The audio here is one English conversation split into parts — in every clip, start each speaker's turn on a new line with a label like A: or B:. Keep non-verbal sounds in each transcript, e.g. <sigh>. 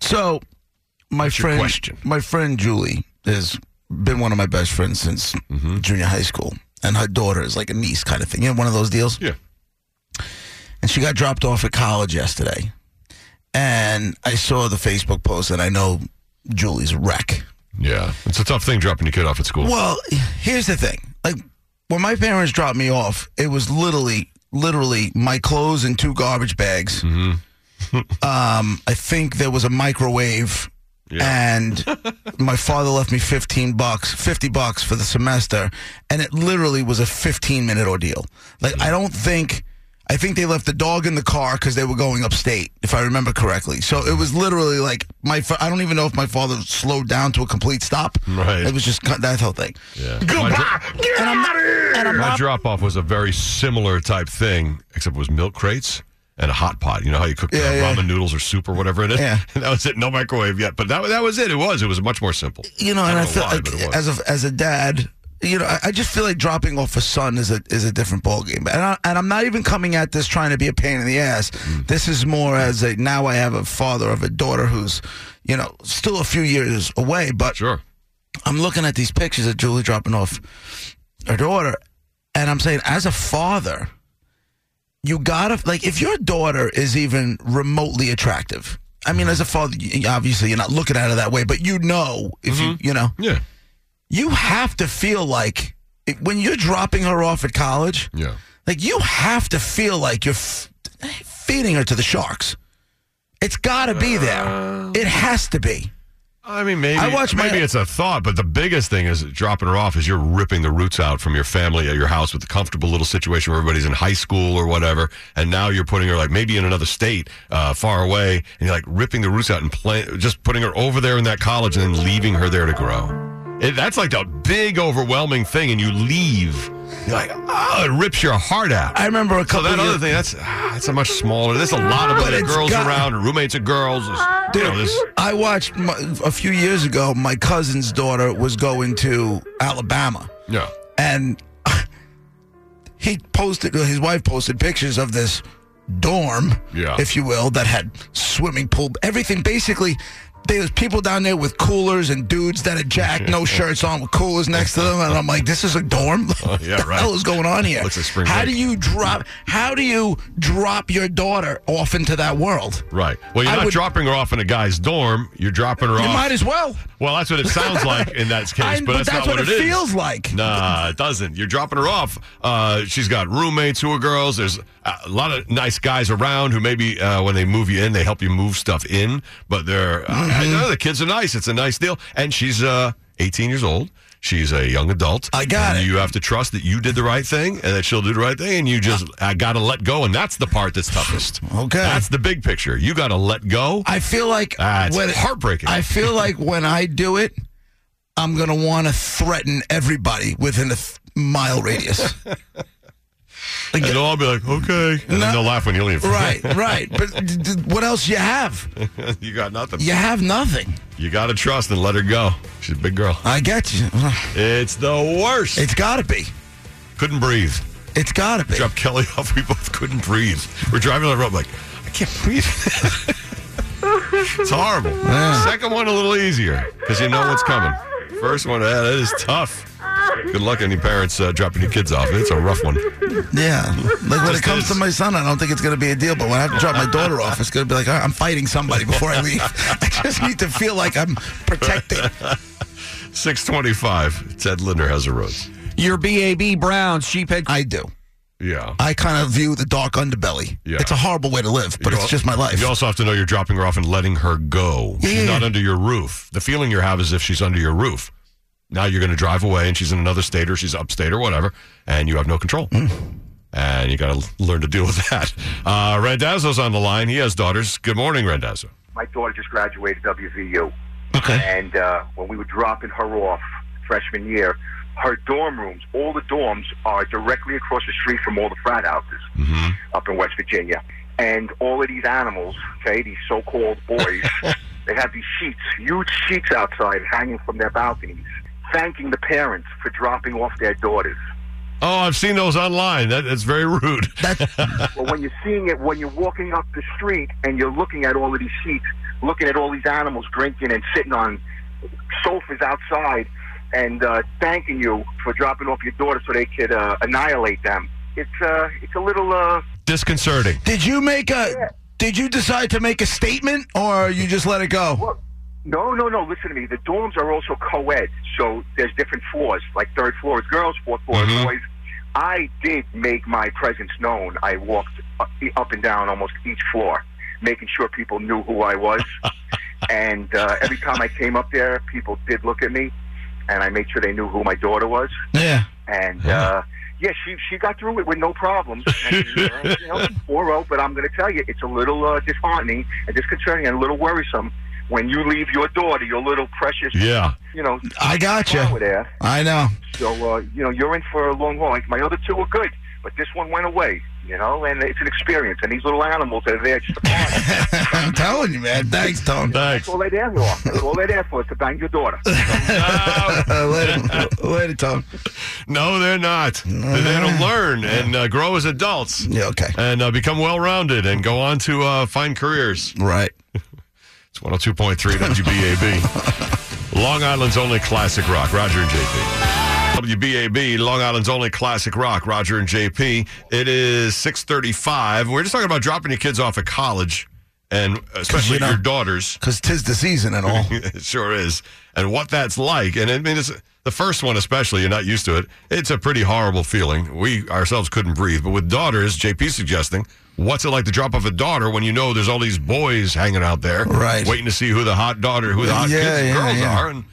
A: So, my
B: What's your
A: friend,
B: question?
A: my friend Julie has been one of my best friends since
B: Mm-hmm.
A: junior high school, and her daughter is like a niece kind of thing. You know, one of those deals.
B: Yeah.
A: And she got dropped off at college yesterday, and I saw the Facebook post, and I know Julie's a wreck.
B: Yeah. It's a tough thing dropping your kid off at school.
A: Well, here's the thing. Like when my parents dropped me off, it was literally literally my clothes in two garbage bags. um, I think there was a microwave and my father left me 15 bucks, 50 bucks for the semester and it literally was a 15 minute ordeal. Like I don't think I think they left the dog in the car cuz they were going upstate if I remember correctly. So it was literally like my fa- I don't even know if my father slowed down to a complete stop.
B: Right.
A: It was just cut- that whole thing.
B: Yeah. My, dro-
A: And I'm, and I'm
B: my
A: not.
B: drop off was a very similar type thing, except it was milk crates and a hot pot. You know how you cook uh,
A: Yeah, yeah.
B: ramen noodles or soup or whatever it is?
A: Yeah.
B: And <laughs> that was it. No microwave yet. But that, that was it. It was. It was much more simple.
A: You know,
B: I
A: and I,
B: don't
A: feel
B: know why,
A: like
B: but it was.
A: as a as a dad, you know, I, I just feel like dropping off a son is a is a different ballgame. And I, and I'm not even coming at this trying to be a pain in the ass.
B: Mm.
A: This is more as a now I have a father of a daughter who's, you know, still a few years away, but
B: Sure.
A: I'm looking at these pictures of Julie dropping off her daughter, and I'm saying, as a father, you gotta like if your daughter is even remotely attractive. I
B: Mm-hmm.
A: mean, as a father, y- obviously you're not looking at her that way, but you know if you
B: Mm-hmm.
A: you know
B: Yeah.
A: you have to feel like it- when you're dropping her off at college,
B: Yeah.
A: like you have to feel like you're f- feeding her to the sharks. It's gotta be
B: Uh.
A: there. It has to be.
B: I mean, maybe
A: I watch my-
B: maybe it's a thought, but the biggest thing is dropping her off is you're ripping the roots out from your family at your house with the comfortable little situation where everybody's in high school or whatever, and now you're putting her like maybe in another state, uh, far away, and you're like ripping the roots out and play, just putting her over there in that college and then leaving her there to grow. It, that's like the big overwhelming thing, and you leave. You're like, oh, it rips your heart out.
A: I remember a
B: so
A: couple.
B: that
A: years-
B: other thing, that's ah, that's a much smaller. There's a lot of
A: But
B: other
A: it's
B: girls
A: got-
B: around, and roommates of girls. There's- you know, there's-
A: I watched my, a few years ago. My cousin's daughter was going to Alabama,
B: yeah.
A: and <laughs> he posted. His wife posted pictures of this dorm,
B: Yeah.
A: if you will, that had swimming pool, everything. Basically, there was people down there with coolers and dudes that had jacked,
B: <laughs>
A: no shirts on, with coolers next to them, and I'm like, this is a dorm.
B: Oh, yeah,
A: what the
B: right.
A: hell is going on here?
B: Looks like spring
A: how
B: break.
A: do you drop? How do you drop your daughter off into that world?
B: Right. Well, you're
A: I
B: not
A: would-
B: dropping her off in a guy's dorm. You're dropping her
A: You
B: off.
A: might as well.
B: well, that's what it sounds like
A: <laughs>
B: in that case,
A: I-
B: but, that's, not what,
A: what,
B: is.
A: it feels like.
B: Nah, it doesn't. You're dropping her off. Uh, she's got roommates who are girls. There's a lot of nice guys around who maybe uh, when they move you in, they help you move stuff in. But they're uh,
A: Mm-hmm.
B: I- I know the kids are nice. It's a nice deal. And she's uh, 18 years old. She's a young adult.
A: I got
B: And
A: it.
B: You have to trust that you did the right thing and that she'll do the right thing. And you just
A: Uh,
B: I got to let go. And that's the part that's toughest.
A: Okay.
B: That's the big picture. You got to let go.
A: I feel like
B: Ah, it's
A: when
B: heartbreaking.
A: I
B: <laughs>
A: feel like when I do it, I'm gonna want to threaten everybody within a th- mile
B: <laughs>
A: radius. Like,
B: And they'll all be like, okay. And
A: No.
B: then they'll laugh when you leave.
A: right, right. But d- d- what else you have?
B: <laughs> you got nothing.
A: You have nothing.
B: You got to trust and let her go. She's a big girl.
A: I get you.
B: It's the worst.
A: It's gotta be.
B: couldn't breathe.
A: It's gotta be.
B: Drop Kelly <laughs> off. We both couldn't breathe. We're driving on the road. I'm like, I can't breathe. <laughs> it's horrible. Second one, a little easier because you know what's coming. First one, eh, that is tough. Good luck, any parents uh, dropping your kids off. It's a rough one.
A: Yeah. Like when
B: Just
A: it comes to
B: is.
A: my son, I don't think it's gonna be a deal. But when I have to drop my daughter off, it's gonna be like "All right, I'm fighting somebody before I leave. <laughs> I just need to feel like I'm protected.
B: 625. Ted Linder has a rose.
C: Your BAB Browns sheephead.
A: I do.
B: Yeah.
A: I kind of view the dark underbelly.
B: Yeah.
A: It's a horrible way to live, but
B: You
A: it's
B: al-
A: just my life.
B: You also have to know you're dropping her off and letting her go.
A: Yeah.
B: She's not under your roof. The feeling you have is if she's under your roof. Now you're going to drive away and she's in another state or she's upstate or whatever, and you have no control.
A: Mm.
B: And you got to learn to deal with that. Uh, Randazzo's on the line. He has daughters. Good morning, Randazzo.
D: my daughter just graduated WVU.
A: Okay.
D: And uh, when we were dropping her off freshman year, her dorm rooms, all the dorms are directly across the street from all the frat houses up in West Virginia. And all of these animals, okay, these so called boys, they have these sheets, huge sheets outside hanging from their balconies, thanking the parents for dropping off their daughters.
B: Oh, I've seen those online. That, that's very rude.
D: But when you're seeing it, when you're walking up the street and you're looking at all of these sheets, looking at all these animals drinking and sitting on sofas outside and uh, thanking you for dropping off your daughter so they could uh, annihilate them, it's uh, it's a little. Uh,
B: Disconcerting.
A: Did you make a? Did you decide to make a statement, or you just let it go?
D: Well, no, no, no. Listen to me. The dorms are also co-ed, so there's different floors. Like third floor is girls, fourth floor is boys. I did make my presence known. I walked up- up and down almost each floor, making sure people knew who I was. and uh, every time I came up there, people did look at me, and I made sure they knew who my daughter was.
A: Yeah.
D: And uh, yeah, she she got through it with no problems. And, uh, you know, four zero. But I'm going to tell you, it's a little uh, disheartening and disconcerting and a little worrisome when you leave your daughter, your little precious,
B: Yeah.
D: you know,
A: I
D: flower
A: gotcha.
D: there.
A: I know. <laughs>
D: So uh, you know, you're in for a long haul. Like my other two were good, but this one went away. You know, and it's an experience. And these little animals that are there just to party.
A: I'm telling you, man. Thanks,
B: <laughs>
A: Tone.
B: Thanks.
D: That's all they're there for. That's all they're there for is to bang your daughter.
A: Uh, <laughs> later, later, Tone.
B: No, they're not. They're
A: <laughs>
B: there to learn and uh, grow as adults
A: Yeah. Okay.
B: and uh, become well rounded and go on to uh, find careers.
A: Right.
B: It's 102.3 WBAB. Long Island's only classic rock. Roger and JP. WBAB, Long Island's only classic rock. Roger and JP. It is 635. We're just talking about dropping your kids off at college and uh, especially
A: you know-
B: your daughters.
A: Because tis the season and all.
B: it <laughs> sure is. And what that's like. And I mean, it's the first one, especially, you're not used to it. It's a pretty horrible feeling. We ourselves couldn't breathe. But with daughters, JP suggesting, what's it like to drop off a daughter when you know there's all these boys hanging out there,
A: Right.
B: Waiting to see who the hot daughter, who the hot
A: Yeah,
B: kids and
A: yeah,
B: girls
A: yeah.
B: are, and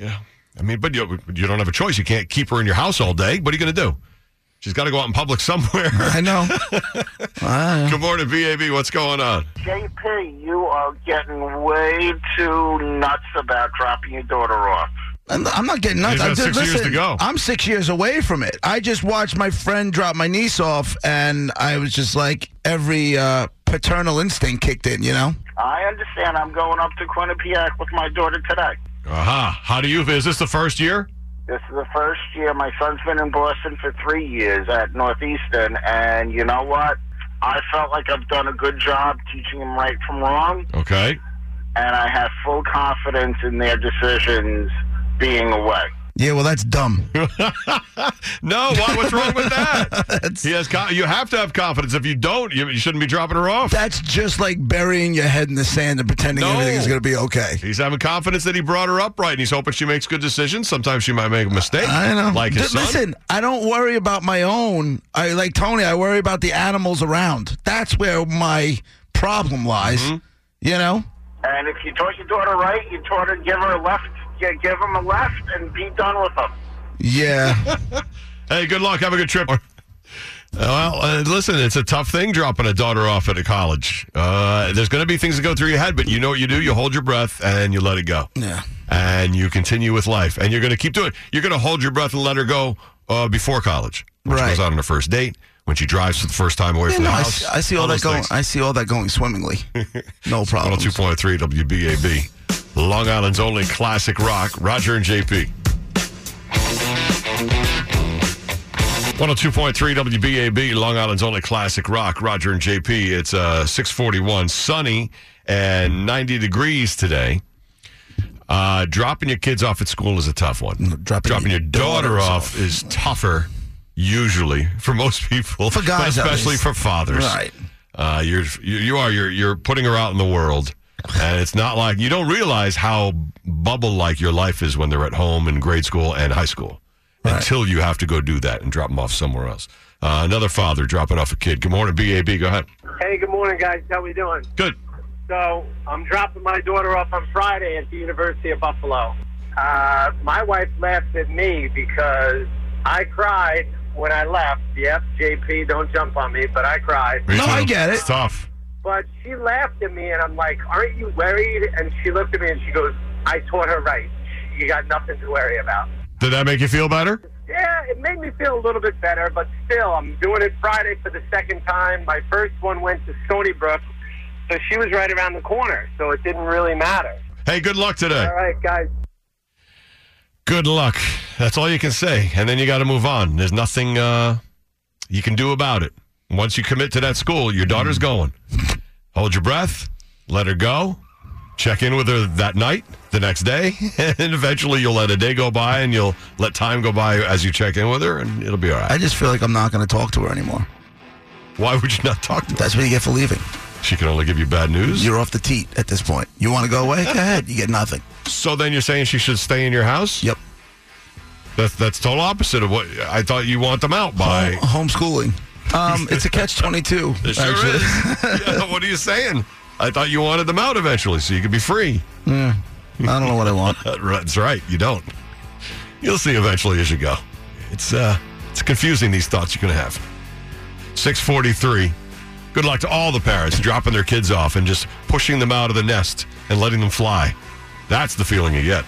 B: yeah. I mean, but you, you don't have a choice. You can't keep her in your house all day. What are you going to do? She's got to go out in public somewhere. <laughs>
A: I know. I
B: Good morning, BAB. What's going on?
E: JP, you are getting way too nuts about dropping your daughter off.
A: am I'm not getting nuts.
B: You've got
A: I'm just-
B: six years to
A: listen,
B: go.
A: I'm six years away from it. I just watched my friend drop my niece off, and I was just like, every uh, paternal instinct kicked in, you know?
E: I understand. I'm going up to Quinnipiac with my daughter today.
B: Aha! How do you? Is this the first year?
E: This is the first year. My son's been in Boston for three years at Northeastern, and you know what? I felt like I've done a good job teaching him right from wrong,
B: Okay.
E: and I have full confidence in their decisions being away.
A: Yeah, well, that's dumb.
B: <laughs> No, why, what's wrong with that?
A: <laughs> That's,
B: He has. co- You have to have confidence. If you don't, you, you shouldn't be dropping her off.
A: that's just like burying your head in the sand and pretending
B: No.
A: everything's going to be okay.
B: He's having confidence that he brought her up right, and he's hoping she makes good decisions. Sometimes she might make a mistake.
A: I know.
B: Like his
A: Th-
B: son.
A: Listen, I don't worry about my own. I like Tony. I worry about the animals around. That's where my problem lies.
B: Mm-hmm.
A: You know.
E: And if you taught your daughter right, you taught her give her a left, gi- give him a left, and be done with them.
A: Yeah.
B: Hey, good luck. Have a good trip. Uh, Well, uh, listen, it's a tough thing dropping a daughter off at a college. Uh, there's going to be things that go through your head, but you know what you do? You hold your breath and you let it go.
A: Yeah.
B: And you continue with life. And you're going to keep doing it. You're going to hold your breath and let her go uh, before college. When she
A: Right.
B: goes out on her first date, when she drives for the first time away
A: You
B: from
A: know,
B: <laughs> the
A: I,
B: house.
A: see, I see all, that
B: those
A: going.
B: things.
A: I see all that going
B: <laughs>
A: swimmingly. No problem.
B: 102.3 WBAB. Long Island's only classic rock, Roger and JP. 102.3 WBAB, Long Island's only classic rock, Roger and JP. It's uh, 641, sunny and 90 degrees today. Uh, dropping your kids off at school is a tough one.
A: Mm, dropping your
B: your daughter
A: daughters
B: off is tougher, usually, for most people.
A: For
B: but
A: guys, at
B: especially
A: least.
B: for fathers.
A: Right.
B: Uh, you're you, you are you're you're putting her out in the world, and it's not like you don't realize how bubble like your life is when they're at home in grade school and high school, until you have to go do that and drop them off somewhere else. Uh, another father dropping off a kid. Good morning, BAB. Go ahead.
F: Hey, good morning, guys. How we doing?
B: Good.
F: So I'm dropping my daughter off on Friday at the University of Buffalo. Uh, my wife laughed at me because I cried when I left. Yep, JP, don't jump on me, but I cried.
B: Me
A: No, I get it.
B: It's tough.
F: But she laughed at me, and I'm like, "Aren't you worried?" And she looked at me and she goes, "I taught her right. You got nothing to worry about."
B: Did that make you feel better?
F: Yeah, it made me feel a little bit better, but still, I'm doing it Friday for the second time. My first one went to Stony Brook, so she was right around the corner, so it didn't really matter.
B: Hey, good luck today.
F: All right, guys.
B: Good luck. That's all you can say. And then you got to move on. There's nothing uh, you can do about it. Once you commit to that school, your daughter's going. Hold your breath, let her go, check in with her that night, the next day, <laughs> and eventually you'll let a day go by and you'll let time go by as you check in with her, and it'll be all right.
A: I just feel like I'm not going to talk to her anymore.
B: Why would you not talk to her?
A: That's what you get for leaving.
B: She can only give you bad news.
A: You're off the teat at this point. You want to go away? Go ahead. You get nothing.
B: So then you're saying she should stay in your house?
A: Yep.
B: That's that's total opposite of what I thought you want them out by.
A: Home- homeschooling. Um, it's a catch 22.
B: It sure
A: actually.
B: is. Yeah, what are you saying? I thought you wanted them out eventually so you could be free. Uh,
A: I don't know what I want.
B: That's right. You don't. You'll see eventually as you go. It's uh, it's confusing these thoughts you're going to have. Six forty-three. Good luck to all the parents dropping their kids off and just pushing them out of the nest and letting them fly. That's the feeling you get.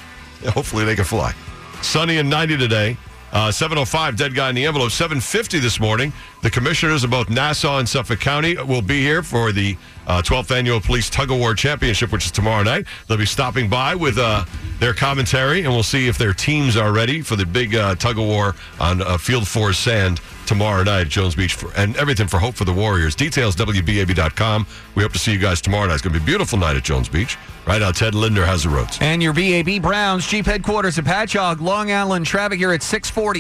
B: Hopefully they can fly. Sunny and 90 today. Uh, 705 dead guy in the envelope 750 this morning the commissioners of both nassau and suffolk county will be here for the uh, 12th annual police tug of war championship which is tomorrow night they'll be stopping by with uh, their commentary and we'll see if their teams are ready for the big uh, tug of war on uh, field four sand tomorrow night at jones beach for, and everything for hope for the warriors details wbab.com we hope to see you guys tomorrow night it's going to be a beautiful night at jones beach right now ted linder has the roads
C: And your BAB Browns, Jeep headquarters at Patchogue, Long Island traffic here at 640.